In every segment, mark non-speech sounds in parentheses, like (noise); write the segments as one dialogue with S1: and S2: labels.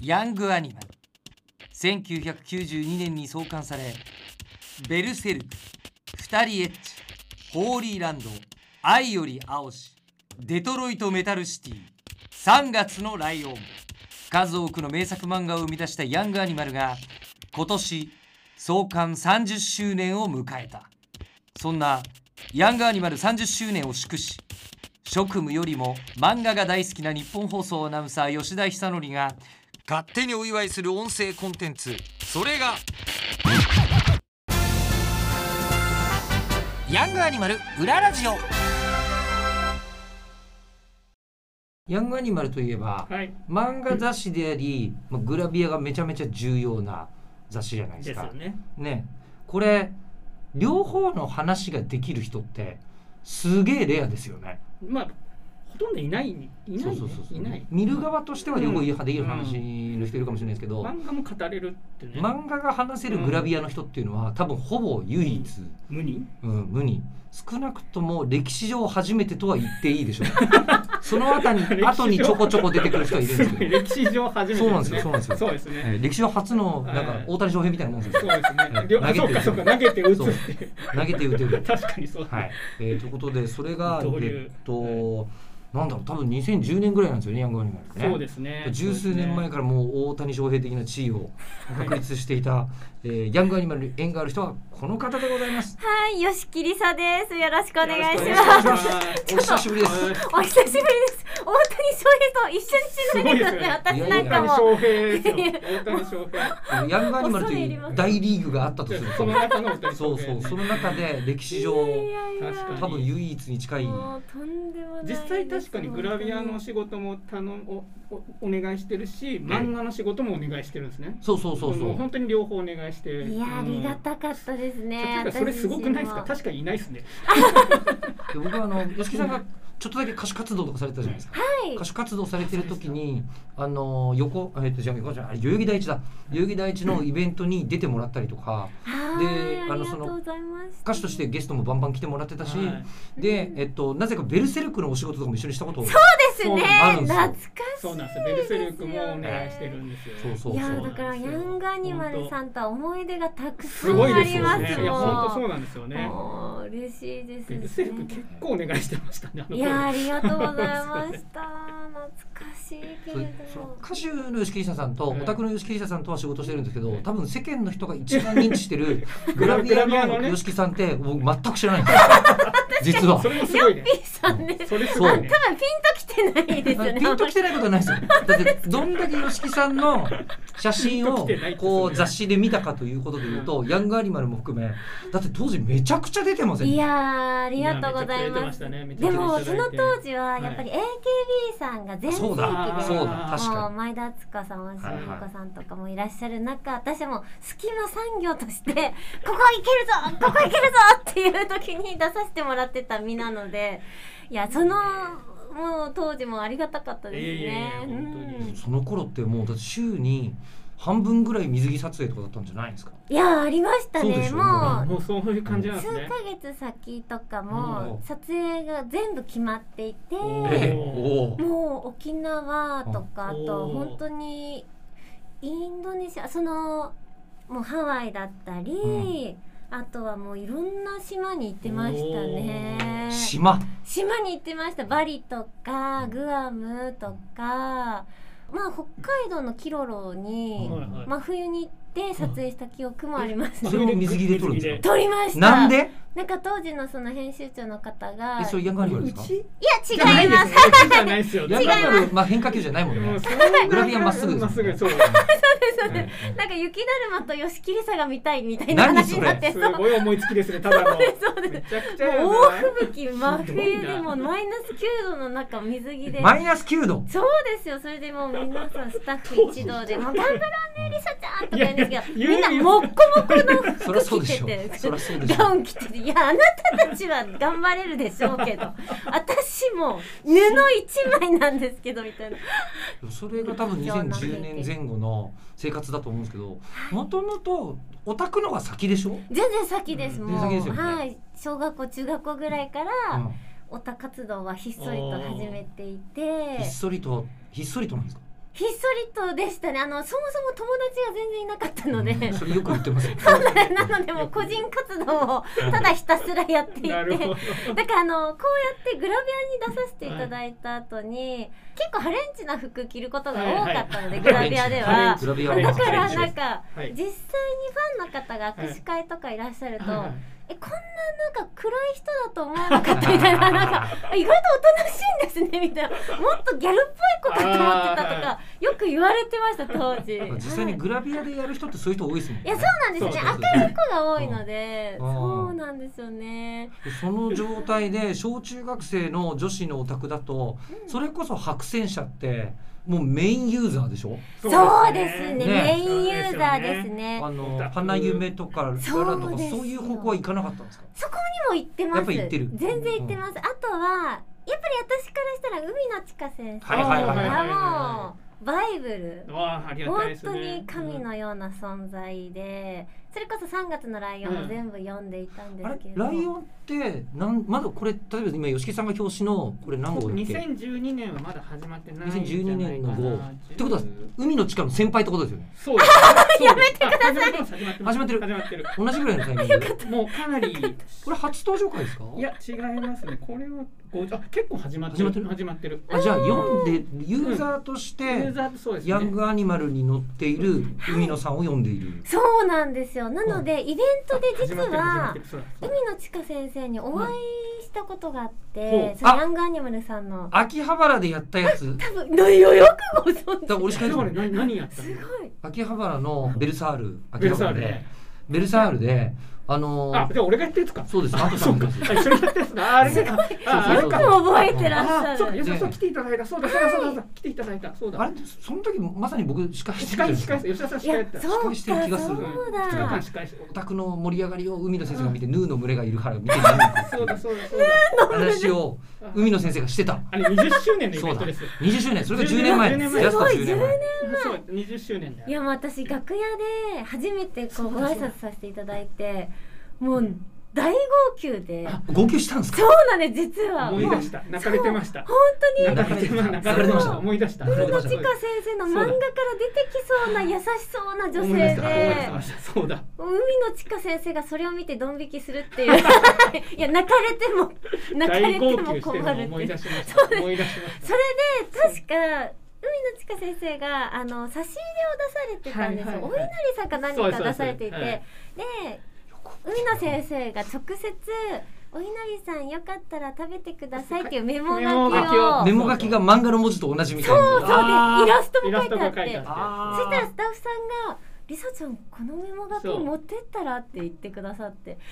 S1: ヤングアニマル1992年に創刊されベルセルク二人エッチホーリーランド愛より青しデトロイトメタルシティ3月のライオン数多くの名作漫画を生み出したヤングアニマルが今年創刊30周年を迎えたそんなヤングアニマル30周年を祝し職務よりも漫画が大好きな日本放送アナウンサー吉田久典が勝手にお祝いする音声コンテンツそれがヤングアニマル裏ラジオヤングアニマルといえば、
S2: はい。
S1: 漫画雑誌であり、まあ、グラビアがめちゃめちゃ重要な雑誌じゃないで
S2: です
S1: か
S2: すよね。
S1: ねこれ両方の話ができる人ってすげえレアですよね
S2: まあ、ほとんどいない、いない、ね、
S1: そうそうそうそう
S2: いない。
S1: 見る側としては両方できる話
S2: う
S1: の人いるかもしれないですけど、
S2: 漫画も語れるってね。
S1: 漫画が話せるグラビアの人っていうのは多分ほぼ唯一、
S2: 無に。
S1: うん、無に少なくとも歴史上初めてとは言っていいでし
S2: (laughs)
S1: ょうその後に (laughs) 後にちょこちょこ出てくる人はいるんです
S2: (laughs)
S1: す
S2: ご
S1: け
S2: い
S1: ど、
S2: 歴史上初めて、ね。
S1: そうなんですよそうなんですよ
S2: そうです
S1: え
S2: ね。
S1: ー歴史上初のなんか大谷翔平みたいなもんです
S2: そ
S1: よ
S2: うですね。
S1: 投げて
S2: 両
S1: る
S2: そうか、そうか、投げて打つ
S1: そう
S2: っていう。
S1: 投げて打てる
S2: (laughs) 確かにそう。
S1: はい、えーということでそれが
S2: どういう
S1: えっとなんだろう多分2010年ぐらいなんですよねヤングアニマルってね
S2: そうですね。
S1: 十数年前
S2: か
S1: からもう大谷翔平的な地位を確立していた、えーヤングアニマルに縁がある人はこの方でござい
S2: (laughs)
S1: ます
S3: はい、よしきりさです。よろしくお願いし
S1: よろしくお
S3: ま
S1: 願いし
S3: す。
S1: ますお久しぶりです
S3: お久しぶりです。大谷翔平と一緒に死ぬですね。
S1: す
S3: 私
S1: ごいですね
S3: なんか
S2: 大谷
S3: もう。
S2: 翔平ですよ。
S1: (laughs)
S2: 大谷翔平。
S1: ヤングアニマルという大リーグがあったとする
S2: そ
S1: と
S2: の中の大谷
S1: そ
S2: 翔
S1: う
S2: 平
S1: そ
S2: ね、
S1: うその中で歴史上
S3: いやいやいや
S2: 確
S1: 多分唯一に近い
S3: もうとんでもないで
S2: 実
S3: す。
S2: 際確かにグラビアの仕事も頼むおおお願いしてるし漫画の仕事もお願いしてるんですね。
S1: そうそうそうそ
S2: も
S1: う
S2: 本当に両方お願いして。
S3: いや、ありがたかったです
S2: う
S3: ね
S2: ん。てかそれすごくないですか。
S3: 私
S2: 確
S3: 自身も
S2: かにいないですね。
S1: で僕はあの吉木さんがちょっとだけ歌手活動とかされてたじゃないですか、
S3: い
S1: 歌手活動されてる時にあの横えっとじゃあ横じゃないあれ代々木第一だ代々木第一のイベントに出てもらったりとか
S3: はい、
S1: で
S3: あ
S1: あの
S3: の
S1: そ
S3: そ
S1: の
S3: の歌
S1: 歌手としてゲストもバンバン来てもらってたし、
S2: はい
S1: で、えっと、なぜかベルセルクのお仕事とかも一緒にしたことをそう
S3: ですね
S1: あるんですよ
S3: 懐かし
S2: そうなんですよ。ベルセルクもお願いしてるんですよ。
S1: そうそ
S3: い。
S1: う
S3: いや
S2: そう
S3: だからヤングアニマルさんとは思い出がたくさ
S2: す
S3: ん
S2: ごい
S3: あ
S2: です
S3: り
S2: よ
S3: ます
S2: ね。いや本当そう
S3: も
S2: なんですよ
S3: う。
S2: ね。
S3: もう嬉しいです
S2: ベ
S3: ね。
S2: ルセルク結構お願いしてましたね。あの
S3: い
S2: 頃
S3: やありがとうございました。懐かしいけ
S1: そ
S3: れ
S1: うその歌手の吉木りささんと
S2: うん
S1: オタクの吉木りささんとは仕事してるんですけど
S2: うん
S1: 多分世間の人が一番認知してるグラビア
S2: グラビアの
S1: の
S2: ね
S1: 吉木さんって僕全く知らないんです (laughs) よ実は
S2: (laughs) それもすごいね。
S3: ど。P さんね、
S2: それす
S3: あ
S2: ご
S3: 多
S2: い
S3: 分
S2: ね。
S3: ピンときてないですよね。
S1: ピンときてないことはないですよ。だってどんだけ吉木さんの写真
S2: ピンと
S1: を
S2: きてないですよね
S1: こう雑誌で見たかということでいうと、ヤングアニマルも含め、だって当時めちゃくちゃ出てません。
S3: いやーありがとうござい
S2: やめ
S3: ま
S2: っ
S3: す。
S2: ちゃくれてましたねめっちゃ
S3: で
S2: くれていただ
S3: も
S2: いて
S3: その当時はやっぱり AKB さんが全盛
S1: そう
S3: 期
S1: だ、
S3: で。
S1: そうだ、確
S3: も
S1: か
S3: う
S1: に。
S3: 前田敦子さん、大島優子さんとかもいらっしゃる中、私も隙間産業として、こ (laughs) こ行けるぞここ行けるぞっていう時に出させてもらってた身なので、いや、その、もう当時もありがたかったです
S2: いやいや
S3: ね。
S2: いや本当に
S3: うん
S1: その頃ってもうだって週に半分ぐらい水着撮影とかだったんじゃないんですか。
S3: いやありました
S1: そうで
S3: ね
S1: しょ
S3: もう
S2: もうそういう感じなんで
S3: 数
S2: すね
S3: ヶ。月先とか
S1: う
S3: も
S1: ん
S3: 撮影が全部決まっていて
S2: おー
S1: ええおお。
S3: もう沖縄とかあ
S2: うん
S3: と
S2: おー
S3: 本当にインドネシアそのもうハワイだったり、あとはもういろんな島に行ってましたね
S1: 島。
S3: 島に行ってましたバリとかグアムとかまあ北海道のキロロに
S1: うん
S2: はいはい
S3: 真冬に行って撮影した記憶もあります、
S2: うん
S1: それも水着で撮るんです
S2: 水
S1: か。
S3: 撮りました
S1: なんで？
S3: なんか当時のその編集長の方が
S1: え、それヤングアニマルですか。
S3: い
S2: じゃな
S3: や違
S2: い
S3: い
S2: で
S3: ますす
S2: よ。じゃないですよ。
S1: ヤングアニマルまあ変化球じゃないもん
S2: も
S1: ね
S2: う。そんな
S1: グラビアまっすぐですもんね。
S2: まっすぐそう。
S3: そうです
S1: ええ
S3: なんか雪だるまと吉切さが見たいみたいな
S1: 何
S3: 話
S1: それ
S3: になって
S2: す
S3: そうもう
S2: ごい思いつきですね。ただの。
S3: そうです
S2: めちゃくちゃやな。
S3: 大吹雪真
S2: ひ
S3: 冬
S2: どい
S3: で
S2: な
S3: もうマイナス9度の中水着で
S1: マイナス9度。
S3: そうですよそれでもう皆さんスタッフ一同で「もう頑張ろうねりさちゃん」とか言うんですけ
S2: い
S3: ど
S2: やい
S3: み
S2: や
S3: んな
S2: 言う
S3: もっこもこの
S1: そりゃそう
S3: 服
S1: で
S3: 着
S1: しょそ
S3: て
S1: りゃそうで
S3: て
S1: し
S3: ダウ
S1: ょ
S3: ン着てていやあなたたちは頑張れるでしょう
S1: (laughs)
S3: けど私もう布一枚なんですけどみたいな
S1: それが多分2010年前後の生活だと思うんですけどもともとオタクのが先でしょ、
S3: 全然先です、
S1: うん
S3: もう
S1: 全然先ですよね
S3: はい小学校中学校ぐらいから、
S1: う
S3: オタ活動はひっそりと始めていて
S1: ん、ひっそりとひっそりとなんですか
S3: ひっそりとでしたねあのそもそも友達が全然いなかったので、
S1: うんそれよく言ってますよ
S3: (laughs) なのでもう個人活動をただひたすらやっていて
S2: なるほど
S3: だからあのこうやってグラビアに出させていただいた後に、結構ハレンチな服着ることが多かったので、グラビアで
S2: ハレン
S3: は
S2: チ
S1: グラビア
S2: ハレン
S1: は
S3: だ
S2: チ
S3: か
S2: ハ
S3: らな
S2: レン
S3: ん
S2: チ
S3: か、
S2: はい
S3: 実際にファンの方が握手会とかいらっしゃると、
S2: はいはい
S3: えこんななんか暗い人だと思わなかったみたいななんか
S1: (laughs)
S3: あ意外とおとなしいんですねみたいなもっとギャルっぽい子かと思ってたとか
S2: あ
S3: よく言われてました当時。
S1: 実際にグラビアでやる人ってそういう人多いですもん
S3: い
S1: ね
S3: やそうなんですよね
S1: そうそうそう
S3: 明るい子が多いので
S1: うん
S3: そうなんですよね
S1: その状態で小中学生の女子のお宅だとそれこそ白戦車ってもうメインユーザーでしょ
S3: そうですね
S1: ね
S3: メインユーザーですね
S1: あ
S2: オ
S1: の
S2: タク
S1: 花夢とかララとか
S3: そうですよ
S1: そういう方向は行かなかったんですか
S3: そこにも行ってます
S1: やっぱり行ってる
S3: 全然行ってます、あとはやっぱり私からしたら海野千佳先生
S1: はいはいはいはい
S3: がもうバイブル
S2: わあありが
S3: 本
S2: たいですね
S3: 当に神のような存在で、それこそ3月のライオンも全部読んでいたんで
S1: あ
S3: す
S1: れ
S3: けれども、
S1: ライオンってなんまだこれ例えば今吉木さんが表紙のこれ何号だっけ
S2: 2012年はまだ始まってないんじゃないかな
S1: 2012年の号ってことは海の力の先輩ってことですよね
S2: そうですね (laughs) やめてください
S1: 始まってる
S2: 始まってる
S1: 同じぐらいのタイ
S2: (laughs)
S1: ミングで
S2: もうかなり
S1: これ初登場回ですか
S2: いや違いますねこれは50あ結構始まって
S1: 始
S2: る
S1: まってる
S2: 始まってる
S1: あじゃあ読んでユーザーとし
S2: ユー
S1: て
S2: ザーそうですね
S1: ヤングアニマルに乗っている海野さんを読んでいる
S3: そうなんですよなので、イベントで
S2: 始
S3: 実
S2: まってる始まっ
S3: は
S2: てるそうだそう
S3: 海
S2: だ
S3: 野千佳先生にお会いしたことがあって、
S2: ほう
S3: その
S1: あ
S3: ヤングアニマルさんの
S1: 秋葉原でやったや
S2: (laughs)
S1: つ
S3: 多分内容よくご存知
S1: だから俺しか
S2: 今
S1: な
S2: ま
S1: い
S2: で何何やった
S3: す
S2: の
S3: ごい
S1: 秋葉原のベルサール
S2: ベ
S1: 秋
S2: ル
S1: 葉
S2: サー
S1: 原
S2: ル
S1: で
S2: ね
S1: ベルサールであの
S2: あ
S1: ー
S2: じゃあ俺がやってるやつか
S1: そうですあとさ
S2: そうんか
S1: で
S2: あ
S1: す
S2: 一緒にやってるやつだああれねあああれ
S1: そうそうそう
S2: か
S3: よく覚えてらっしゃ
S2: あ
S3: る
S2: そうかよさんそう
S1: ね
S2: 来ていただいたそうだそうだそうだそうだ来ていただいたそうだ
S1: あれその時まさに僕司会して
S2: 司
S1: たん
S2: 会
S1: です
S2: 司
S1: か
S2: 会吉田さん
S3: い
S2: 司会や
S3: や
S2: った
S3: そうか
S1: してる気がする
S3: そう
S2: 二日
S3: だ
S2: 間司会して
S1: お宅の盛り上がりを海野先生が見て、ヌーの群れがいるから見てみよう
S2: そうだそうだそう
S1: 話を
S2: だ
S1: 海野先生がしてた
S2: あれ20周年のイ
S1: そ
S2: ベ
S1: う
S2: ント
S1: だ
S2: ですよ
S1: 20周年それが10年前ですジ
S2: 10
S1: ャスト
S3: すごい
S1: 10年前
S2: そう20周年だよ
S3: いやもう私楽屋で初めてこうご挨拶させていただいてもう大号泣で
S1: あ号泣したんですか
S3: そうなんです実はもう
S2: 思い出した泣かれてました
S3: 本当に
S2: 泣かれてました泣かれてました思い出した
S1: 泣かれてま
S3: 千
S1: し
S3: 佳先生の漫画から出てきそうな優しそうな女
S2: 思い出
S3: 性
S2: した思い出し
S3: で
S2: ましたそうだ
S3: 海野千佳先生がそれを見てドン引きする
S2: (laughs)
S3: っていういや泣かれても泣か
S2: 大
S3: れて
S2: 号
S3: も
S2: 泣して
S3: 困
S2: るの
S3: る
S2: を
S3: って
S2: 思
S3: い
S2: いう出しました思い出しまし
S3: それで確か海野千佳先生があの差し入れを出されてたんですよ、
S2: はいはいはい
S3: お稲荷さんか何
S2: そうです
S3: か
S2: そうです
S3: 出されていて、
S2: はい
S3: で海野先生が直接お稲荷さんよかったら食べてくださいっていうメモ書きを
S2: メモ書きを
S1: メモ書きが漫画の文字と同じみたいな
S3: そうそうでイラスト
S2: たイ
S3: も
S2: ラ
S3: 書い
S2: スト
S3: てあ
S2: が
S3: って
S2: 書いてあ
S3: そしたらスタッフさんが「リサちゃんこのメモ
S2: そ
S3: 書き
S2: う
S3: 持ってったら?」って言ってくださって「いいんで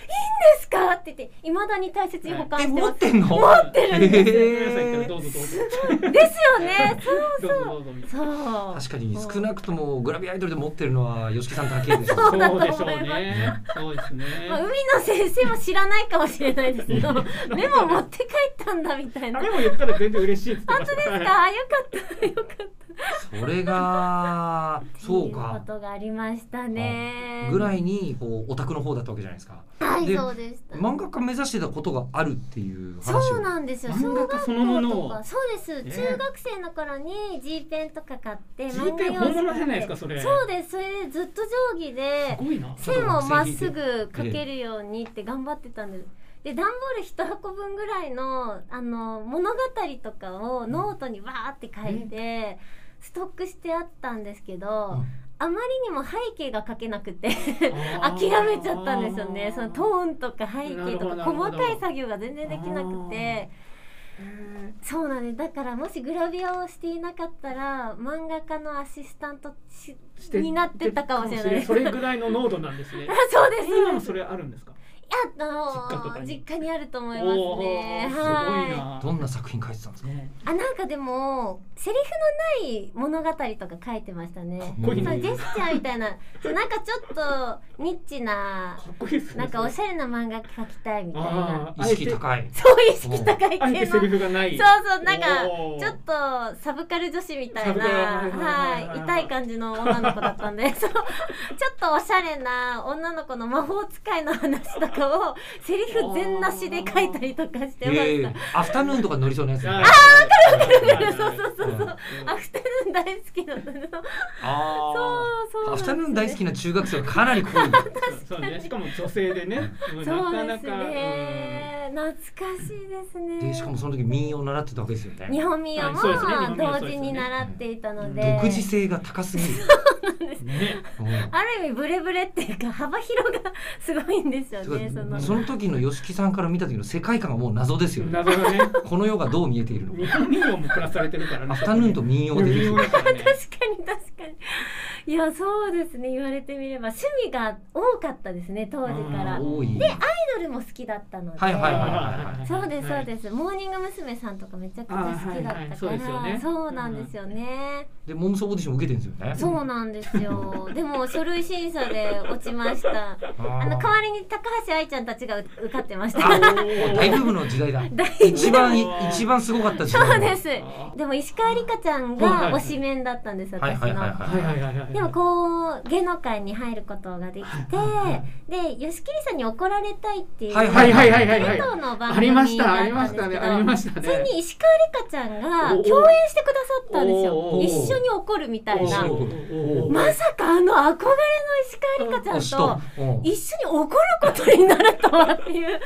S3: すか?」って言っていまだに大切に保管
S1: え
S3: して
S1: 持
S3: ま
S1: っ
S3: す。
S1: てんの
S2: 持って
S3: るんです
S2: って皆さん行った
S1: へ
S2: らど
S1: ー
S2: うぞどうぞ
S3: ですよね。そう
S2: どうぞどうぞみたいな
S3: そう。
S1: 確かに少なくともグラビアアイドルで持ってるのは吉木さんだけです
S3: そう
S2: そ
S3: だと
S2: う
S3: 思い
S2: で
S3: ます
S2: しょうねそうですね
S3: まあ、海野先生も知らないかもしれないですけどメモ持って帰ったんだみたいな
S2: あれも言ったら全然嬉しいって言ってま
S3: 本当
S2: し
S3: で
S2: た
S3: すかよかったよかった
S1: それがそうか
S3: っていうことがありましたね
S1: ぐらいにこうオタクの方だったわけじゃないですか
S3: はい
S1: で
S3: そうでした
S1: 漫画家目指してたことがあるっていう話を
S3: そうなんですよ
S2: 漫画家そのものを
S3: 小学校とかそう
S2: ね
S3: です中学生の頃に G ペンとか買って
S2: ジーペン
S3: 用紙
S2: 本物じゃないですかそれ
S3: そうですそれでずっと定規です
S2: ごいな
S3: 線をまっすぐ描けるようにって頑張ってたんです。で段ボール一箱分ぐらいのあの物語とかをノートにわーって書いてストックしてあったんですけど、
S1: うん
S3: あまりにも背景が描けなくて
S2: あー
S3: 諦めちゃったんですよねそのトーンとか背景と
S2: なるほど
S3: か
S2: なるほ
S3: 細
S2: ど
S3: かい作業が全然できなくてそうなんですだからもしグラビアをしていなかったら漫画家のアシスタントし
S2: して
S3: になってたかもし (laughs) れないです。
S2: それぐらいの濃度なんですね
S3: (laughs) あそうです
S2: 今もそれあるんですか
S3: いや、
S2: 実
S3: あ
S2: 家とか
S3: のー
S2: に
S3: 実家にあると思います
S2: お
S3: ね。
S2: ーすごい
S3: は
S2: な
S1: どんな作品書いてたんですか
S2: ね
S3: い。あ、なんかでも、セリフのない物語とか書いてましたね。
S1: っこいいね
S3: そうジェスチャーみたいな、そうなんかちょっとニッチな、
S2: かっこいいですね
S3: なんかおし
S2: ゃ
S3: ゃれな漫画描きたいみたいな。
S2: あー
S1: 意識高い
S3: そういう意識高い
S2: あえ
S3: 系
S2: て
S3: の。
S2: セ
S3: そう
S2: リフがない
S3: そう、なんか
S2: おー、
S3: ちょっとサブカル女子みたい
S2: サブ
S3: な、
S2: カルはいはいはい
S3: はい、痛い感じの女の子だったんで、そう、ちょっとおしゃれな女の子の魔法使いの話とかかをセリフ全なしで書いたりとかしてま
S1: え
S3: し
S1: え
S3: た。
S1: アフタヌーンとかに乗りそうなやつね。
S2: あー
S3: くるくるくるそうそうそう
S1: う
S3: そ
S1: ん
S3: う。アフタヌーン大好きなの。
S1: あー。
S3: そうそうなんですね
S1: アフタヌーン大好きな中学生はかなり濃い。
S2: そうね、しかも女性でね、な
S3: そう
S2: か
S3: で
S2: な
S3: す
S2: か、
S3: ね。懐かしいですね。
S1: でしかもその時民謡を習ってたわけですよね。
S3: 日本民謡
S2: は
S3: も
S2: いそうですね日本民謡
S3: 同
S2: そうで
S3: 時
S2: すね
S3: に習っていたので、
S1: 独自性が高すぎ
S3: (laughs)
S1: る。
S2: うんね、
S1: うん
S3: ある意味ブレブレっていうか幅広がすごいんですよ
S1: すご
S3: ね
S1: い
S3: その
S1: その時の吉木さんから見た時の世界観がもう謎ですよね。
S2: 謎がね、
S1: この世がどう見えているの
S2: 日
S1: か。
S2: 本民謡もプラスされてるからね。
S1: アフタヌーンと民謡ででき
S2: 民
S1: る
S2: 謡。だからね。
S3: 確かに確かにいやそうですね言われてみれば趣味が多かったですね当時からア
S2: うん
S3: イ
S1: 多い。
S3: ドルも好きだったので、
S1: はいはいはいはい。
S3: そうですそう
S2: す。
S3: です、モーニング娘。さんとかめちゃくちゃ好きだ
S2: あ
S3: ったから、
S2: はいはいそうですよね
S3: そうなんですよね、
S1: でモンスオーディション受けてるんですよね。
S3: そうなんですよでも書類審査で落ちま
S2: (laughs)
S3: したあ
S1: あ
S3: の
S1: の
S3: 代わりに高橋愛ちゃんたちが受受かってました
S1: 大ブームの時代だ。
S3: 大
S1: 一番い一番すごかった時代。
S3: そうです
S2: あ
S3: でも石川梨花ちゃ
S2: は
S3: ん
S2: い
S3: が
S2: は
S3: 推
S2: い
S3: しメンだったんです、
S1: はい
S3: 私の、
S1: はいはいは
S2: はいはいはいはい。
S3: でもこう芸能界に入ることができて、で吉桐さんに怒られたいっていう、
S1: はい
S2: はいはいはいはい
S3: 関
S2: はい。
S3: 東の番
S2: あり
S3: 組だ
S2: ま
S3: っ
S2: したあり
S3: た
S2: ま
S3: ん
S2: し
S3: です
S2: た
S3: け
S2: ね
S3: ど
S2: ありました
S3: それ
S2: ね。
S3: に石川梨花ちゃんが共演してくださったんですよ
S2: おー
S3: 一緒に怒るみたいな
S1: おー
S3: まさかあの憧れの石川梨
S1: 推
S3: 花
S1: し
S3: ちゃんと
S1: と。うん
S3: 一緒に怒ることになるとはっ
S2: (laughs)
S3: ていう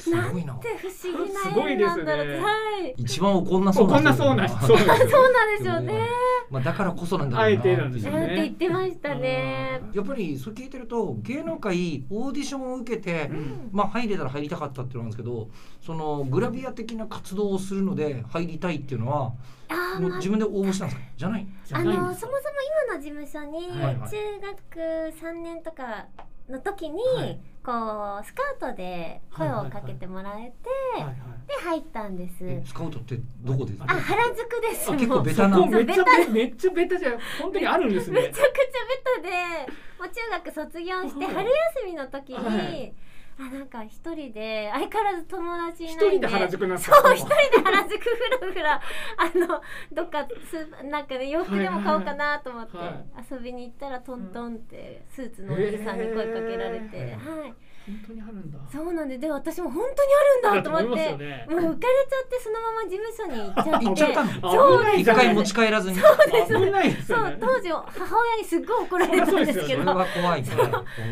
S1: すごいな
S3: っ。て不思議
S2: す
S3: な
S2: ごい
S3: 縁
S2: で
S3: な
S2: すね
S3: んだろう、はい
S1: 一番怒んなそうな。
S2: こんなそうなそうです
S3: あ
S2: よ
S3: そうなんですよね、。
S1: まあだからこそなんだ
S2: あ
S1: ろう
S2: え
S1: な。
S2: てなんです
S3: え
S2: よ
S3: ーって言っ
S2: ね。
S3: てましたね
S1: やっぱりそれ聞いてると芸能界オーディションを受けて、まあ、入れたら入りたかったっていうのなんですけどそのグラビア的な活動をするので入りたいっていうのは
S3: あー
S1: もう
S3: まあ
S1: 自分で応募したんですかじゃない
S2: じゃ
S3: あ
S2: ないん
S3: の
S2: です
S3: そもそも今の事務所に
S1: はいはい
S3: 中学3年とかの時に、
S1: はい
S3: こうスカウトで声をかけてもらえ
S2: は
S3: て、
S2: いはい
S3: で入ったんです。
S1: えスカウトってどこです
S3: あ
S1: か
S3: 原宿です
S1: あ
S3: もう
S1: 結構ベタ
S2: そ
S1: な
S2: こめっちゃベめっちゃベタじゃん本当にあるんです
S3: めちゃ
S2: ね
S3: くち。ゃベタでもう中学卒業して
S2: はい
S3: 春休みの時に、
S2: はい
S3: あなんか一人で相変わらず友達いな
S2: 一
S3: いんで
S2: 人で原宿なんです
S3: そう
S2: か
S3: 一人で原宿ふらふらあのどっかスーパーなんかね洋服でも買おうかなと思って
S2: はいはいは
S3: 遊びに行ったらトントンってスーツのおじさんに声かけられて、
S1: へー
S3: はい
S2: 本当にあるんだ。
S3: そうなんでで私も本当にあるんだと思って
S2: だと思います
S3: もう浮かれちゃってそのまま事務所に行っちゃって
S1: 行っちゃったの
S2: よね。
S1: 一回持ち
S2: 帰
S1: 帰らずに
S2: 危ないです
S3: そ
S2: よね
S3: う。当時母親にすっごい怒られたんです
S2: そり
S3: け
S2: ゃ
S1: それ
S3: ど
S1: は怖いね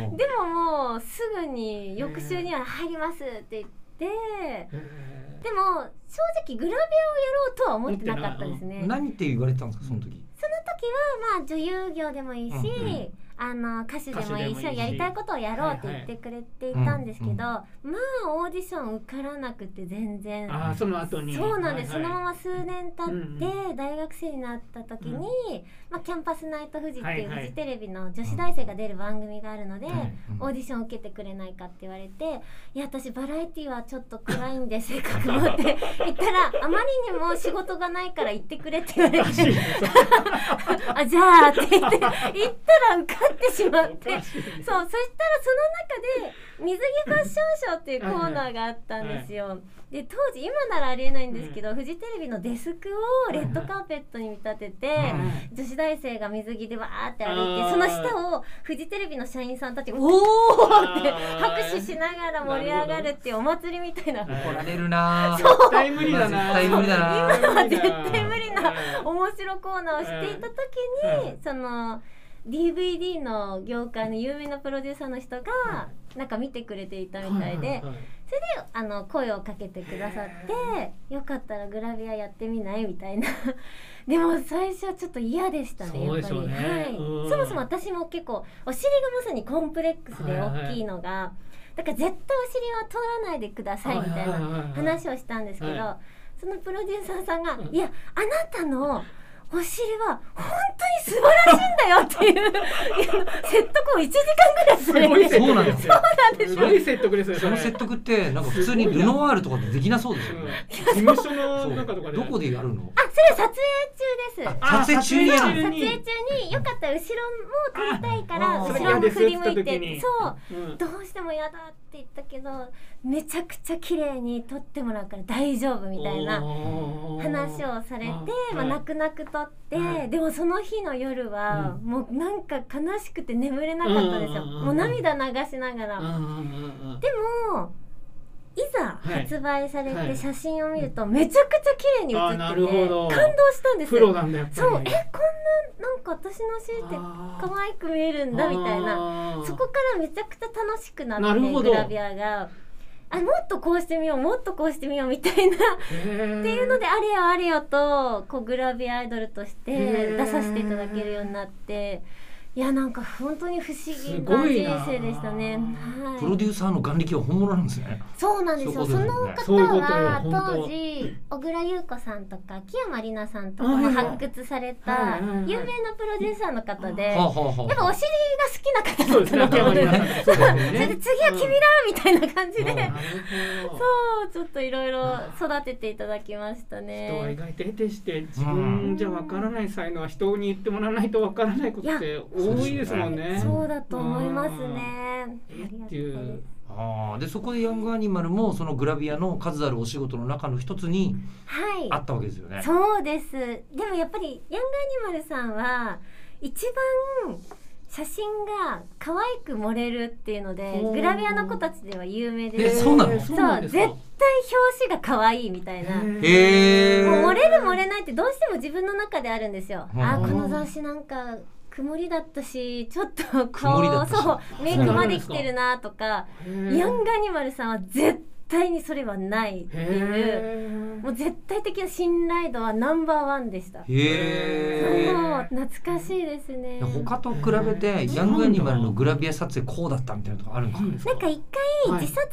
S1: うん
S3: でももうすぐに翌週には入りますって言って、
S2: へ
S3: でも正直グラビアをやろうとは思ってなかったですね。
S1: 何って言われてたんですかその時
S3: その時はまあ女優業でもいいし、
S1: うんうん
S3: あの歌手でもいい
S2: 歌手
S3: し
S2: でもいいし
S3: やりたいことをやろうって言ってくれていたんですけど、まあオーディション受からなくて全然
S2: ああその後に。
S3: そうなんです、
S2: はい
S3: その
S2: は
S3: まま数年経って、
S2: うん
S3: 大学生になった時に、
S2: うん
S3: まあ、キャンパスナイト富士っていう
S2: はいはい
S3: フジテレビの女子大生が出る番組があるので、
S1: うん
S3: オーディション受けてくれないかって言われていや私バラエティはちょっと暗いんで性格もって言ったらあまりにも仕事がないから行ってくれって言われ
S2: い (laughs)
S3: て (laughs) あじゃあって言って行ったら受かってしまっ
S2: お (laughs)
S3: て
S2: かしい
S3: そう、そしたらその中で水着ファッションショーっていうコーナーがあったんですよ。で当時今ならありえないんですけど、フジテレビのデスクをレッドカーペットに見立てて。
S1: うん
S3: 女子大生が水着でわーって歩い
S2: あー
S3: てその下をフジテレビの社員さんたちが「おお!」って
S2: あー
S3: 拍手しながら盛り上がるっていうお祭りみたいな
S2: なる
S1: 怒られるなぁ
S2: 絶対無理だな。
S1: 絶対無理だな
S3: 今は絶対無理な
S2: うん
S3: 面白コーナーをしていた時に、
S2: うん
S3: その DVD の業界の有名なプロデューサーの人がなんか見てくれていたみたいで、
S2: ははは
S3: あの声をかけてくださってよかったらグラビアやってみないみたいな (laughs) でも最初はちょっと嫌でしたね
S2: そう
S3: やっ
S2: で
S3: ぱ
S2: し
S3: り、
S2: ょうね
S3: はい、
S2: うん
S3: そもそも私も結構お尻がまさにコンプレックスで大きいのが、だから絶対お尻は取らないでくださいみたいな話をしたんですけど、
S2: は
S3: そのプロデューサーさんが
S2: うん
S3: 「いやあなたのお尻は本当に素晴らしいんだよ」っていういや説得を1時間ぐらい
S2: す
S3: され
S2: ごい
S3: て
S2: 説
S1: そうな
S2: 得
S1: んです
S2: で
S1: す
S2: よ
S1: よ。
S2: すごい説得ですよ。
S1: その説
S2: 得。
S1: 得ってなんか普通にルノワールとかでできなそうですよね
S2: 事務所の中とかで。
S1: どこでやるの
S3: あれ撮影中です
S1: 撮影中にや
S3: 撮
S1: る
S3: 影中によかったら後ろも撮りたいから
S1: ああ
S3: 後ろも振り向い
S2: それ嫌ですって時
S3: て
S2: に
S3: そう
S2: うん
S3: どうしても嫌だって言ったけどめちゃくちゃ綺麗に撮ってもらうから大丈夫みたいな話をされて
S2: あー
S3: ま
S2: は
S3: あ、
S2: い
S3: 泣く泣く撮って、
S2: はい
S3: でもその日の夜は、
S2: う
S3: もうなんか悲しくて眠れなかったですよ、
S2: うんうんうんうん
S3: もう涙流しながら、
S2: うんうんうんうん
S3: でもいざ
S2: はい
S3: 発売され
S2: は
S3: て
S2: い
S3: 写真を見るとめちゃくちゃ綺麗に写
S2: あーなる
S3: ってて、
S2: ほど
S3: 感動したんです
S2: プロ
S3: よ
S2: なんだやっぱり
S3: そうえこんななんか私のシーンって可愛く見えるんだみたいな
S2: な
S3: そこからめちゃくちゃ楽しくな
S2: な
S3: っ
S2: る
S3: て
S2: ほど
S3: グラビアがあもっとこうしてみようもっとこうしてみようみたい
S2: っ
S3: なっ
S2: てい
S3: ていうのであれよあれよとこうグラビアアイドルとして
S2: へー
S3: 出させていただけるようになっていやなんか本当に不思議
S2: すごいな
S3: な人生でしたね。はい
S1: プロデューサーの眼力は本物なんですね。
S3: そうなんです
S1: そ
S3: よ。
S1: う
S3: そ
S1: いう
S3: の
S1: ことです
S3: 方
S2: ねそうい
S3: は
S2: うことよ
S3: 当時小倉優子さんとか木山里奈さんとか
S2: はい
S3: も
S2: はい
S3: 発掘された
S2: はいはいはい
S3: 有名なプロデューサーの方で、
S1: は
S3: や
S1: あ
S3: っ
S1: はあは
S3: ぱお尻が好きな方
S2: そう
S3: だ
S2: で
S3: っ
S2: す
S3: た
S2: ね
S3: のか
S2: 頭
S3: も
S2: にな
S3: ね。
S2: さそうです
S3: そ
S2: ね
S3: れで次は君だみたいな感じ
S1: うん
S3: で
S2: な、るほど
S3: そうちょっといろいろ育てていただきました
S2: 人は意
S3: ね。
S2: 外と得てして自分じゃわからない才能は人に言ってもらわないとわからないことって多いですもんね。
S3: そうだと思いますね。ありがとうご
S2: っ
S3: ざ
S2: て
S3: い
S2: い
S3: ま
S2: う
S3: す。
S1: ああでそこでヤングアニマルもそのグラビアの数あるお仕事の中の一つに
S3: はい
S1: あ。ったわけですよね。
S3: そうです。でもやっぱりヤングアニマルさんは一番写真が可愛く盛れるっていうので
S2: おー
S3: グラビアの子たちでは有名
S1: え
S3: で
S1: そうなの
S3: そう
S2: です
S3: 絶
S2: か
S3: 対表紙が可愛いみたいな。も
S1: へ
S3: う
S1: え。
S3: 盛れる盛れないってどうしても自分の中であるんですよ。
S1: うん
S3: あーこの雑誌なんか曇りだったしちょっと
S1: 曇りだっ
S3: 顔
S1: たし
S3: そうメイクまで来てるなとか
S2: へえ
S3: ヤングアニマルさんは絶対にそれはないっていう。
S2: へえ
S3: もう絶対的な信頼度はナンバーワンでした。
S1: へえ。
S3: そう懐かしいですね。
S1: 他と比べてヤングアニマルのグラビア撮影こうだったみたいなとこあるんです
S2: ある
S1: か
S2: んです
S3: なんか一
S2: は
S3: 回
S2: い
S3: 自殺
S2: は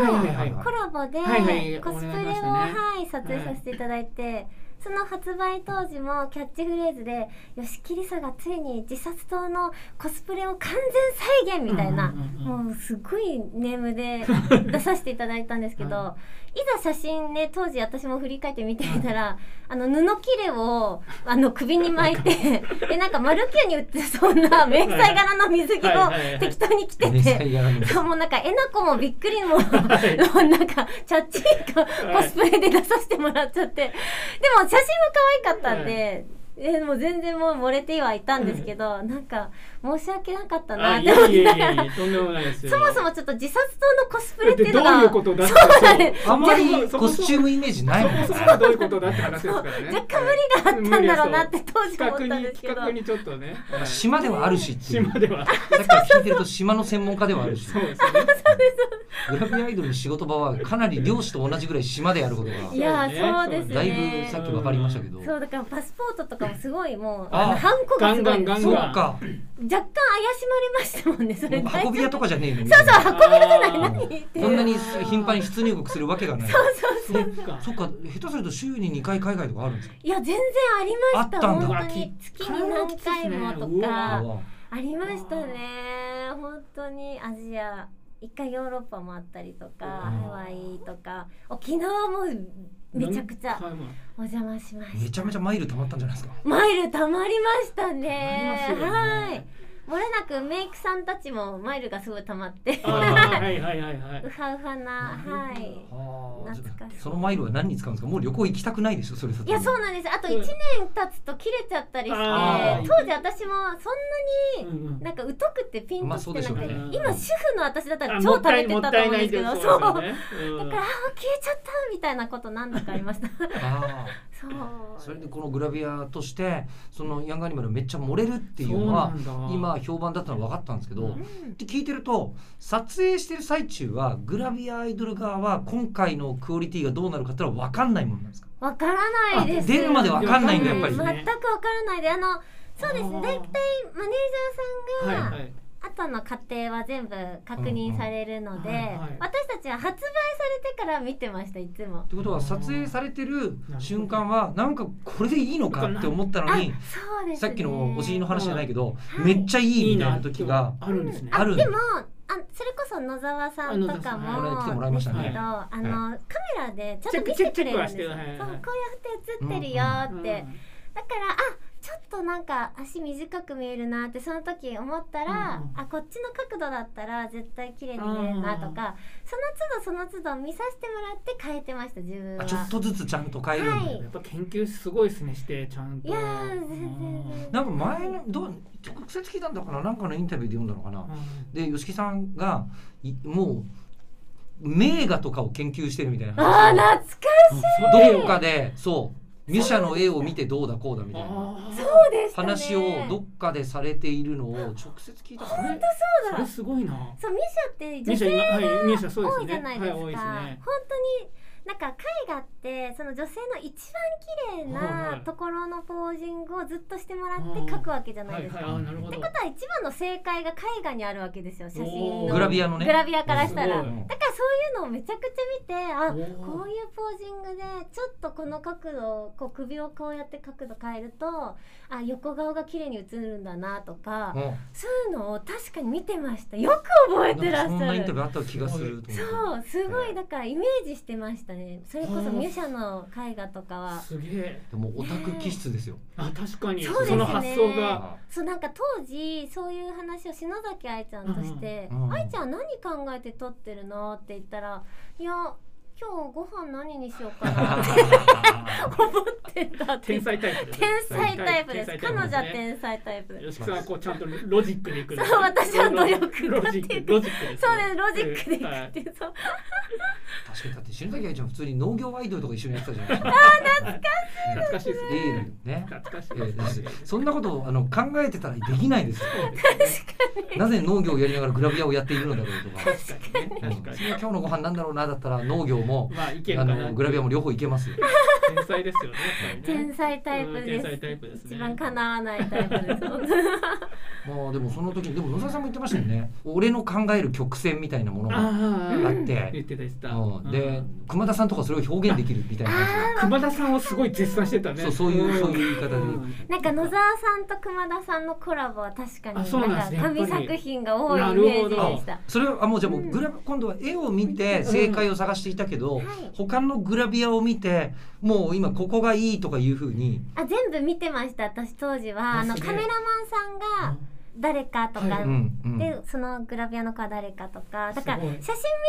S3: 島
S2: い
S3: の
S2: はいはい
S1: は
S3: コラボで
S2: はいはい
S3: コスプレを、
S2: お願いしましたね
S3: はい、撮影させていただいて、その発売当時もキャッチフレーズで「吉木りさがついに自殺島のコスプレを完全再現」みたいな、
S2: うんうんうんうん
S3: もうすごいネー
S2: (laughs)
S3: ムで出させていただいたんですけど、、
S2: はい
S3: ざ写真ね当時私も振り返って見てみたら、あの布切れをあの首に巻い
S2: (laughs)
S3: てでなんかマルキューに売ってそうな迷彩柄の水着
S2: は
S3: を
S2: いはいはい
S3: 適当に着て
S1: めち
S3: て
S1: ゃ。嫌なんです。
S3: (laughs) もうなんかえなこもびっくりも、なんかチャッチーか
S2: はい
S3: コスプレで出させてもらっちゃってでも写真も可愛かったんで、えもう全然もう漏れてはいたんですけど、なんか申し訳なかったな
S2: あ
S3: っ
S2: い
S3: て
S2: や
S3: 思っ
S2: い
S3: て
S2: やいやいやとんでもないですよ。
S3: (laughs) そもそもちょっと自殺党のコスプレっていうの
S2: どう
S3: が
S2: いうことだって
S3: そうなんです
S1: あんまり
S2: そ
S1: コ
S2: もそも
S1: スチュームイメージない
S2: そ
S1: も
S2: も
S1: ん
S2: そ
S1: ね
S2: もがどういうことだって話ですからね。
S3: 若干無理があったんだろうなって当時
S2: 企
S3: 思
S2: 画
S3: ったん
S2: に
S3: ですけ
S2: 企
S3: ど
S2: 画にちょっとね。はい
S1: 島ではあるしっていう。
S2: 島で
S3: (laughs)
S2: は。
S1: さっきから聞いてると島の専門家ではあるし。
S2: そうですね。
S1: グラビアアイドルの仕事場はかなり漁師と同じぐらい島でやることが
S3: いやーそうですね
S1: だいぶさっき分かりましたけど。
S3: そうだからパスポートとかもすごいもう
S1: あ
S3: あのハンコがすご
S2: ガン
S3: い
S2: ガンガン
S1: そうか。
S3: 若干怪しまれましたもんねそれ大丈夫
S1: 運び屋とかじゃねえの。
S3: そうそう運べるじゃない
S2: あー
S3: 何言って
S1: こんなに頻繁に出入国するわけがない。
S2: そっか。
S1: そっか、下手すると週に2回海外とかあるんですか。
S3: いや全然ありました
S1: あったんだ
S3: 本当に月に何回も
S2: うわ
S3: とか
S1: あ
S3: ありましたね本当にアジア一回ヨーロッパもあったりと
S1: う
S3: かハ
S1: ん
S3: ワイとか沖縄もめちゃくちゃ
S2: 何回も
S3: お邪魔しま
S1: め
S3: し
S1: ちゃ
S3: た
S1: めちゃマイル溜まったんじゃないですか。
S3: マイルたまりましたね
S2: なりますよね
S3: はい漏れなくメイクさんたちもマイルがすごい溜まって
S2: あーはいはいはいは
S3: う
S2: い。
S3: はうはな
S2: な
S3: は
S2: るほど
S3: い
S1: はあ
S3: 懐かしい
S1: そのマイルは何に使うんですか。もう旅行行きたくないでしょ。それだと
S3: いやそうなんですあと
S2: うん
S3: 1年経つと切れちゃったりして
S2: あ
S1: ー
S3: 当時私もそんなに
S2: うんうん
S3: なんか疎くてピンときてなく
S1: まあそうで
S3: て、
S1: しょう
S2: ね
S3: 今主婦の私だった
S2: あ
S3: ら
S2: も
S3: 超
S2: った
S3: 食
S2: い
S3: べてたと思うんですけど
S2: も
S3: そ
S2: っ
S3: う
S2: たい
S3: だ
S2: ない
S3: からあ
S2: ですよねうん
S3: ー消えちゃったみたいなこと何度かありました (laughs)
S1: あ
S3: そ
S1: あ。それ
S3: う
S1: でこのグラビアとしてそのヤングアニマルめっちゃ漏れるっていう
S2: そう
S1: の
S2: な
S1: は
S2: んだ
S1: 今評判だったのは分かったんですけど、
S2: う
S1: っ
S2: ん
S1: て聞いてると撮影してる最中はグラビアアイドル側は今回のクオリティがどうなるかってのは分かんないもんなんですか。
S3: わからないです
S1: あ出るまでわ
S2: かんないんだやっぱり
S3: う全くわからないであのそうです
S2: あー
S3: ね大体マネージャ
S2: は
S3: ー
S2: い
S3: さんが、
S2: はい。
S3: 後の過程は全部確認されるので、
S2: うんうんはいはい
S3: 私たちは発売されてから見てましたいつも
S1: ってことは
S2: あー
S1: 撮影されてる瞬間はなんかこれでいいのかって思ったの
S3: あ
S1: に
S3: そうですね
S1: さっきのお尻の話じゃないけど
S3: うん
S1: めっちゃいいみたい
S2: な
S1: な時が
S2: あるんですね。
S1: あるんだ
S3: でもああそれこそ野沢さ
S2: あ
S3: ん
S2: 野
S3: と
S2: 沢さ
S3: か
S2: ん
S3: も
S1: これ来てもらいました
S3: け
S1: ね
S3: ど、
S2: は
S3: あの、カメラでちょっと見
S2: チェッ
S3: て
S2: クチェ
S3: く
S2: ッ
S3: れ
S2: ク
S3: る
S2: は
S3: ん
S2: し
S3: です
S2: て
S3: よ。
S2: るはいはい
S3: そうこうやって映ってるよーって、
S2: うん
S3: だからあちょっとなんか足短く見えるなってその時思ったら、
S2: うん
S3: あこっちの角度だったら絶対綺麗に見えるなとか、その都度その都度見させてもらって変えてました自分は。
S1: あちょっとずつちゃんと変えるんだよね、
S2: やっぱ研究すごいですねしてちゃんと
S3: いやー全然全然
S1: なんか前にどう直接聞いたんだからなんかのインタビューで読んだのかな、で吉木さんがいもう名画とかを研究してるみたいな
S3: あー
S1: 話を
S3: 懐かし
S1: どこかでそうミュシャの絵を見てどうだこうだみたいな
S2: そ
S3: いでしたね。
S1: 話をどっかでされているのを直接聞いたからね
S3: うだ
S2: それすごいな
S3: そうミシャって
S2: ミ
S3: 女
S2: シャ
S3: 性
S2: 今はいミシャそうですね
S3: 多いじゃないです
S2: は
S3: か、
S2: い多いです
S3: 本
S2: ね
S3: 当になんか絵画ってその女性の一番綺麗
S2: はいは
S3: ないところのポージングをずっとしてもらって
S2: うん
S3: 描くわけじゃな
S2: はいい
S3: です
S2: は
S3: か。
S2: いあーなるほど
S3: ってことは一番の正解が絵画にあるわけですよ写真
S2: おー
S3: の
S1: グラビアのね
S3: グラビアからした
S2: す
S3: ら。だ
S2: ご
S3: か
S2: い
S3: らそういうのをめちゃくちゃ見てあ
S2: お
S3: こ
S2: ー
S3: ういうポージングでちょっとこの角度をこう首をこうやって角度変えるとあ横顔が綺麗に映るんだなとか、
S1: うん
S3: そういうのを確かに見てましたよく覚えてらっ
S1: なんかそん
S3: しゃ
S1: なインタビ
S3: る
S1: ューあった気がすると思
S3: そうすご
S1: う
S3: い
S1: ん
S3: だからイメージしてましたねそれこそミュシャの絵画とかは
S2: すげえ
S1: でもオタク気質ですよ、
S2: あ確かに
S3: そ
S2: そう
S3: ですね
S2: の発想が
S3: そうなんか当時そういう話を篠崎愛ちゃんとして
S1: うんうん
S3: 愛ちゃん何考えて撮ってるの?」って言ったら「いや今日ご飯何にしようか
S1: (laughs)
S3: な」って思ってたって
S2: 天才タイプですね
S3: 天才タイプです
S2: 天才
S3: 彼女
S2: タイプ
S3: は
S2: ですね
S3: 天才タイプ
S2: 吉木さんはこうちゃんとロジックでいくんですね
S3: そう私は努力家
S2: ロジ
S3: っていう
S2: ックロジックですね
S3: そうですロジックでい
S2: は
S3: くっていうそう
S1: 確かにだって篠崎愛ちゃん普通に農業アイドルとか一緒にやってたじゃないですか
S2: 懐かしいです
S1: エー
S2: ね
S1: ルね
S2: 懐かし
S1: え
S2: いですね
S1: ーそんなことをあの考えてたらできないですよ。なぜ農業をやりながらグラビアをやっているのだろうとか。うん
S2: 確かにね確か
S1: そ
S2: に
S1: れ (laughs) は今日のご飯なんだろうなだったら農業も
S2: まあいける
S1: あ
S2: かな
S1: のグラビアも両方いけます
S2: (laughs)
S1: よ。
S2: 天才ですよね
S3: 天才タイプ
S2: うん天才タイプ
S3: で
S2: です
S3: す
S2: ね
S3: 一番叶わないタイプです本当に
S1: まあでもその時にでも野沢さんも言ってましたよね。俺の考える曲線みたいなものが
S2: あ
S1: あ
S2: あ
S1: って
S2: 言ってた言ってた
S1: うん
S2: う
S1: で
S2: ん
S1: 熊田さんとかそれを表現できるみたいな話
S2: 熊田さんをすごい絶賛してたね
S1: そうそういうそういう言い方で
S3: なんか野沢さんと熊田さんのコラボは確か
S2: あ
S3: に
S2: そうなん
S3: な
S2: で
S3: ん
S2: す
S3: か
S2: ねやっぱり
S3: 神作品が多いイメージで
S2: なるほ
S3: し
S1: あ
S3: た。
S1: それはあもうじゃあもううんグラ今度は絵を見て正解を探していたけど、
S3: はい
S1: 他のグラビアを見てもう今ここがいいとかいうふうに
S3: あ全部見てました私当時は
S2: あ
S3: あの
S2: す
S3: カ
S2: げえ
S3: メラマンさんが誰かとか、
S2: はい
S1: うんうん
S3: でそのグラビアの子は誰かとかだか
S2: す
S3: ら写
S2: ごい
S3: 真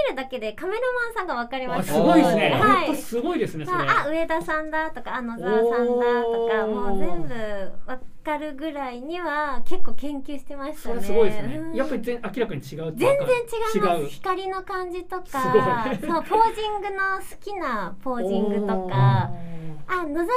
S3: 見るだけでカメラマンさんが分かりま
S2: あ
S3: し
S2: す
S3: た
S2: ごいですね
S3: は
S2: 本当
S3: い
S2: すごいですねそれ
S3: ああ上田さんだとかあ野沢さんだとか
S2: おー
S3: もう全部分かるぐらいには結構研究してました
S2: そ
S3: ね。
S2: れすごいです
S3: うん
S2: ねやっぱり全明らかに違う
S3: 全然違います
S2: 違う
S3: 光の感じと
S2: す
S3: か
S2: ごい
S3: そうポージングの好きなポージングとかあ野沢さんは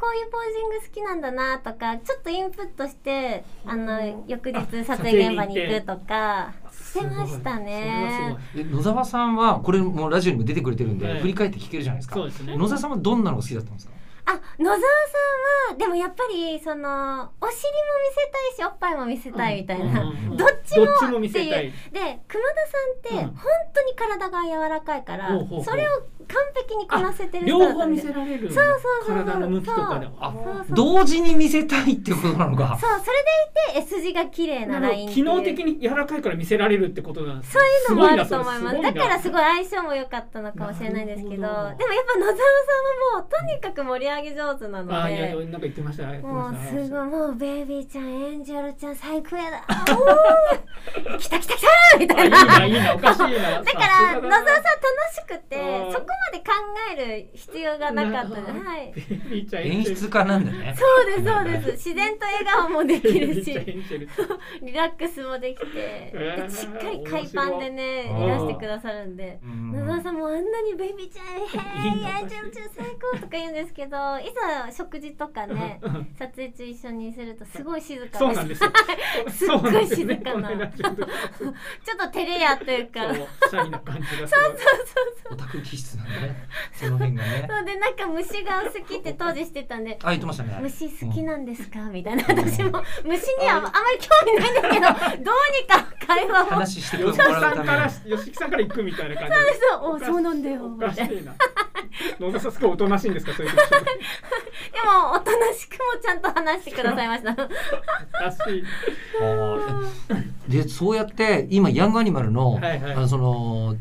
S3: こういうポージング好きなんだなとかちょっとインプットしてあの翌日撮影現場に行くとかしてましたね。
S1: え野沢さんはこれもラジオにも出てくれてるんで、
S2: はい
S1: 振り返って聞けるじゃないですか
S2: そうですね
S1: 野沢さんはどんなのが好きだったんですか
S3: あ野沢さんはでもやっぱりそのお尻も見せたいしおっぱいも見せたいみたいな、
S1: うんうんうん
S3: どっち
S2: どっち
S3: も
S2: も
S3: っ
S2: 見
S3: て
S2: せ
S3: い
S2: た
S3: う
S2: い
S3: で熊田さんって
S2: うん
S3: 本当に体が柔らかいから、
S2: ほうほうほう
S3: それを完璧にこなせてる人だ
S2: 両
S3: った
S2: 方
S3: ん
S2: 見
S3: です
S2: せ
S3: よ
S2: られるんだ
S3: そうそうそうそう
S2: 体の向きとかでも
S1: あ
S3: そうそう
S1: 同時に見せたいってことなのか
S3: そうそれでいて S 字が綺麗なラインってい
S2: 機
S3: う
S2: 能的に柔らかいから見せられるってことなんですね
S3: そういうのもあると思います
S2: ごな
S3: だからすごい相性も良かったのかもしれないですけどでも
S2: な
S3: や
S2: るほ
S3: っぱ
S2: ど
S3: 野沢さんはもうとにかく盛り上げ上手なの
S2: あいや
S3: で
S2: いやなんか言ってましたね
S3: もうすごいもうベイビーちゃんエンジェルちゃん最高や
S2: (laughs)
S3: だおー来た来た来たみ
S2: あ
S3: た
S2: いい
S3: いな
S2: ないいなおかしいな
S3: (laughs) だか
S2: さ
S3: ら
S2: すが
S3: 野沢さん
S2: だな
S3: 楽
S2: (laughs)
S3: しくて
S2: うん
S3: そこまで考える必要がなかった
S2: なるほど
S3: はい
S2: ベイビーちゃんエン
S1: 演
S2: ジェル
S3: (laughs)
S1: 出家なんだね
S3: そうですそうです自然と笑顔もでき
S2: (laughs) ベイビ
S3: る
S2: ーちゃんエ
S3: し
S2: ンジェル
S3: リラックスもできてでしっかり海パンでね
S1: 面白い
S3: いらしてくださるんで
S1: うん
S3: 野沢さんもあんなにベイビーちゃん、ヘ
S2: いい
S3: イ、
S2: な
S3: やちゃんちゃん最高とか言うんですけど、いざ食事と
S2: (laughs)
S3: かね、撮影中一緒にするとすごい静か
S2: そう
S3: だ
S2: なんで
S3: し (laughs)
S2: すよ
S3: すっ
S2: そ
S3: ごい
S2: うなんですよね
S3: 静かな
S2: この間ちょっと
S3: ちょっと照れやというか。
S2: そうシャイな感じがす
S1: オタク気質なんだねその辺がね
S3: そうで、なんか虫が好きって当時してたんで、
S1: あ言ってましたね
S3: 虫好きなんですかみたいな私も虫にはあんまり興味ないんですけどどうにか会話を
S1: 話しても
S2: ごい吉木
S1: ら
S2: さ
S1: うんため
S2: から吉木さんから行くみたいな感じ
S3: そうおそうなんだよみ
S2: お
S3: たい
S2: かし
S3: なでも
S2: いな野沢さんすごいおとなしいんですかそういう時
S3: おとなしくもちゃんと話してくださいました
S2: おかしい
S1: あーでそうやって今ヤングアニマルの,、
S2: はいはい
S1: あのその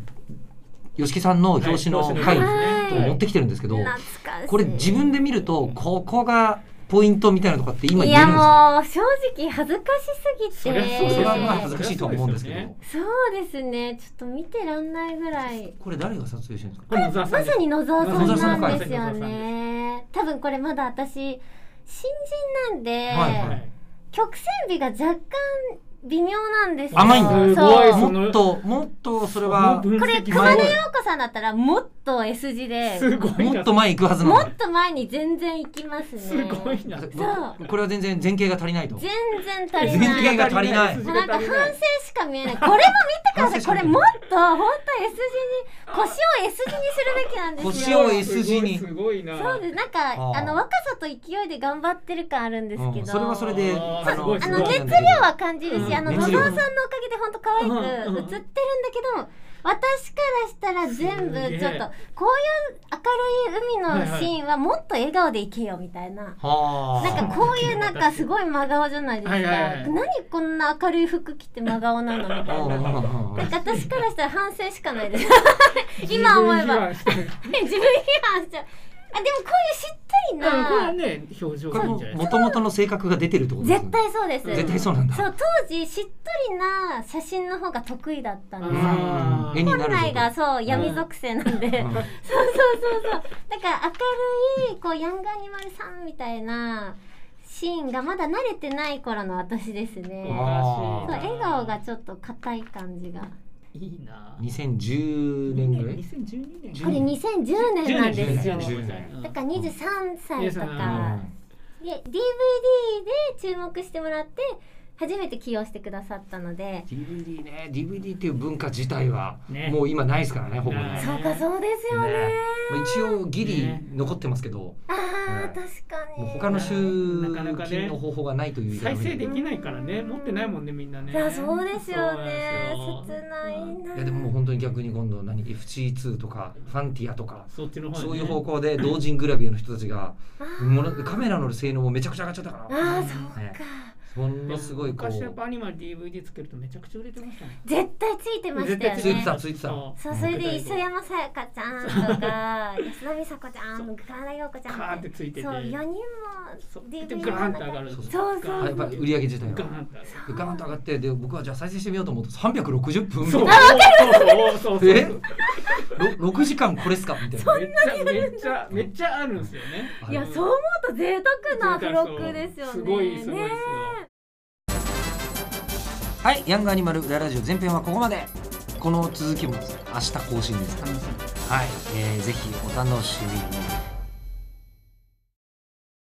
S1: 吉木さんの表紙の
S2: は
S1: 回
S2: い
S1: を
S2: 表紙の
S3: は
S2: はい
S3: い
S1: 持ってきてるんですけど、
S3: 懐かしい
S1: これ自分で見るとここがポイントみたいなのとかって今
S3: い
S1: 言え
S3: や
S1: るんですか
S3: もう正直恥ずかしすぎ
S2: そりゃ
S3: て
S2: う
S1: それはまあ
S2: そう
S1: 恥ずかしいとは思うんですけど、
S2: そう
S3: そうですねちょっと見てらんないぐらい
S1: これ誰が撮影してるんですか
S2: これ野沢さん
S3: ま
S2: で
S3: さ
S2: す
S3: に野沢
S1: 野沢
S3: さ
S1: さん
S3: ん
S1: の
S3: な
S1: 回
S3: んですよね多分これまだ私新人なんで、
S1: はいは
S2: はいい
S3: 曲線美が若干微妙なんですよ
S1: 甘いんだ
S3: そう
S2: すごいその
S1: もっともっとそれ
S2: この
S1: は
S2: 分析
S3: これ
S1: 前
S3: 熊
S1: は
S3: 根陽子さんだったらもっと S 字です
S2: ごい
S1: も
S2: な
S1: っと前行くはずな
S3: も
S1: の
S3: っと前に全然行きますね
S2: すごいな
S3: そう
S1: これは全然前傾が足りないと
S3: 全然足りない
S1: 全然足りない
S2: 筋
S3: も
S2: が
S3: うなんか
S2: 足
S3: 反
S2: りない
S3: 省しか見えない。これも見てくださ
S1: 反省
S3: い。
S1: し
S3: こ
S1: か見
S3: れ
S1: えない
S3: もっと本当 S 字に腰を S 字にするべきなんです
S1: 腰を
S3: よ。
S1: S 字に
S2: すごいな
S3: そうです。なんか
S1: あー
S3: あの若さと勢いで頑張ってる感あるんですけど。
S1: うんそれはそれで
S2: あー
S1: あ
S2: すごい
S3: あ
S2: す
S3: の
S2: ごい
S3: 熱量は感じる
S2: うん
S3: し、あの野
S1: 熱量
S3: 沢さんのおかげで本当可愛く映ってる
S2: うん
S3: ん
S2: うん
S3: だけど、私からしたら全
S2: すげえ
S3: 部ちょっとこういう明るい海のシーンはもっと笑顔でいけよみたいな。
S1: はあ
S3: なんかこういうなんかすごい真顔じゃないですか、
S2: はいはいはい
S3: 何こんな明るい服着て真顔なのみたいななんか私からしたら反省しかないです
S2: (laughs)
S3: 今思えば
S2: 自分自
S3: (laughs) 自分批判しちゃうあでもこういうしっとり
S2: 慢うんこれは
S3: な
S2: ね表情
S1: こ
S2: が
S1: れ
S2: いいん
S1: も
S2: じゃないです
S1: もともとの性格が出てるってことですよ
S3: 絶
S1: ね
S3: 対そうです
S1: 絶対そうなんだ
S3: そう当時しっとりな写真の方が得意だったんですよ
S2: あー
S1: 絵にな
S3: 本
S1: る
S3: 来が
S1: ぞ
S3: そう闇属性なんで、
S1: うん
S3: そうそうそうそう。 (laughs) だから明るいこうヤングアニマルさんみたいなシーンがまだ慣れてない頃の私ですね。
S1: あ
S3: そう
S1: ー
S3: 笑顔がちょっと硬い感じが。
S2: いいな
S1: 2010年ぐらい
S2: 2012年
S3: これ
S1: 10
S3: 2010年なんですよ。
S1: 10
S3: だから23歳と
S1: うん
S3: かで DVD で注目してもらって初めて起用してくださったので。
S1: DVD ね DVD っていう文化自体は
S2: ね
S1: もう今ないですからねほぼ
S2: ない
S1: ね
S3: そうかそうですよね。
S1: ねまあ一応ギリ残ってますけども
S3: ああ、
S1: ね
S3: 確か
S1: う
S3: に。
S1: 他の集
S2: なかなか
S1: 金
S2: ね
S1: の方法がないという以外
S2: 再
S1: は
S2: 生できないからね持ってないもんねみんなね
S3: いやそうですよね
S2: そうなんですよ
S3: 切ないない
S1: やでももう本当に逆に今度何 FC2 とかファンティアとか
S2: そっちの方ね
S1: そういう方向で同人グラビアの人たちが
S3: あー
S1: ものカメラの性能もめちゃくちゃ上がっちゃったから
S3: あーそう
S1: ね
S3: か
S1: ものすごいこう
S2: 昔やっぱアニマル DVD つけるとめちゃくちゃ売れてましたね
S3: 絶対ついてましたよ
S1: ついて
S3: ね
S1: たついてた
S2: そ
S3: そうそれで磯山さやかちゃんとか安田美沙子ちゃん川田陽子ちゃん
S2: カーってついてて
S3: そう4人も
S2: そうで
S3: DVD
S2: ガーンって上がる
S1: そう
S3: そうそう
S1: あやっぱ売り上げ自体は
S2: ガーンって上がる
S1: でガーンと上がってで僕はじゃあ再生してみようと思うと360分
S2: そうそうそうそうそう
S1: えろ6時間これっすかみたいな
S2: めっちゃめっちゃめっちゃあるんですよね
S1: あ
S3: い
S1: れ
S3: やそう思うと贅沢なブロックですよね
S2: すごいすごいですよ、
S3: ね
S1: はいヤングアニマル裏ラジオ前編はここまでこの続きも明日更新ですから
S2: 楽しみ
S1: はい、えーぜひお楽しみに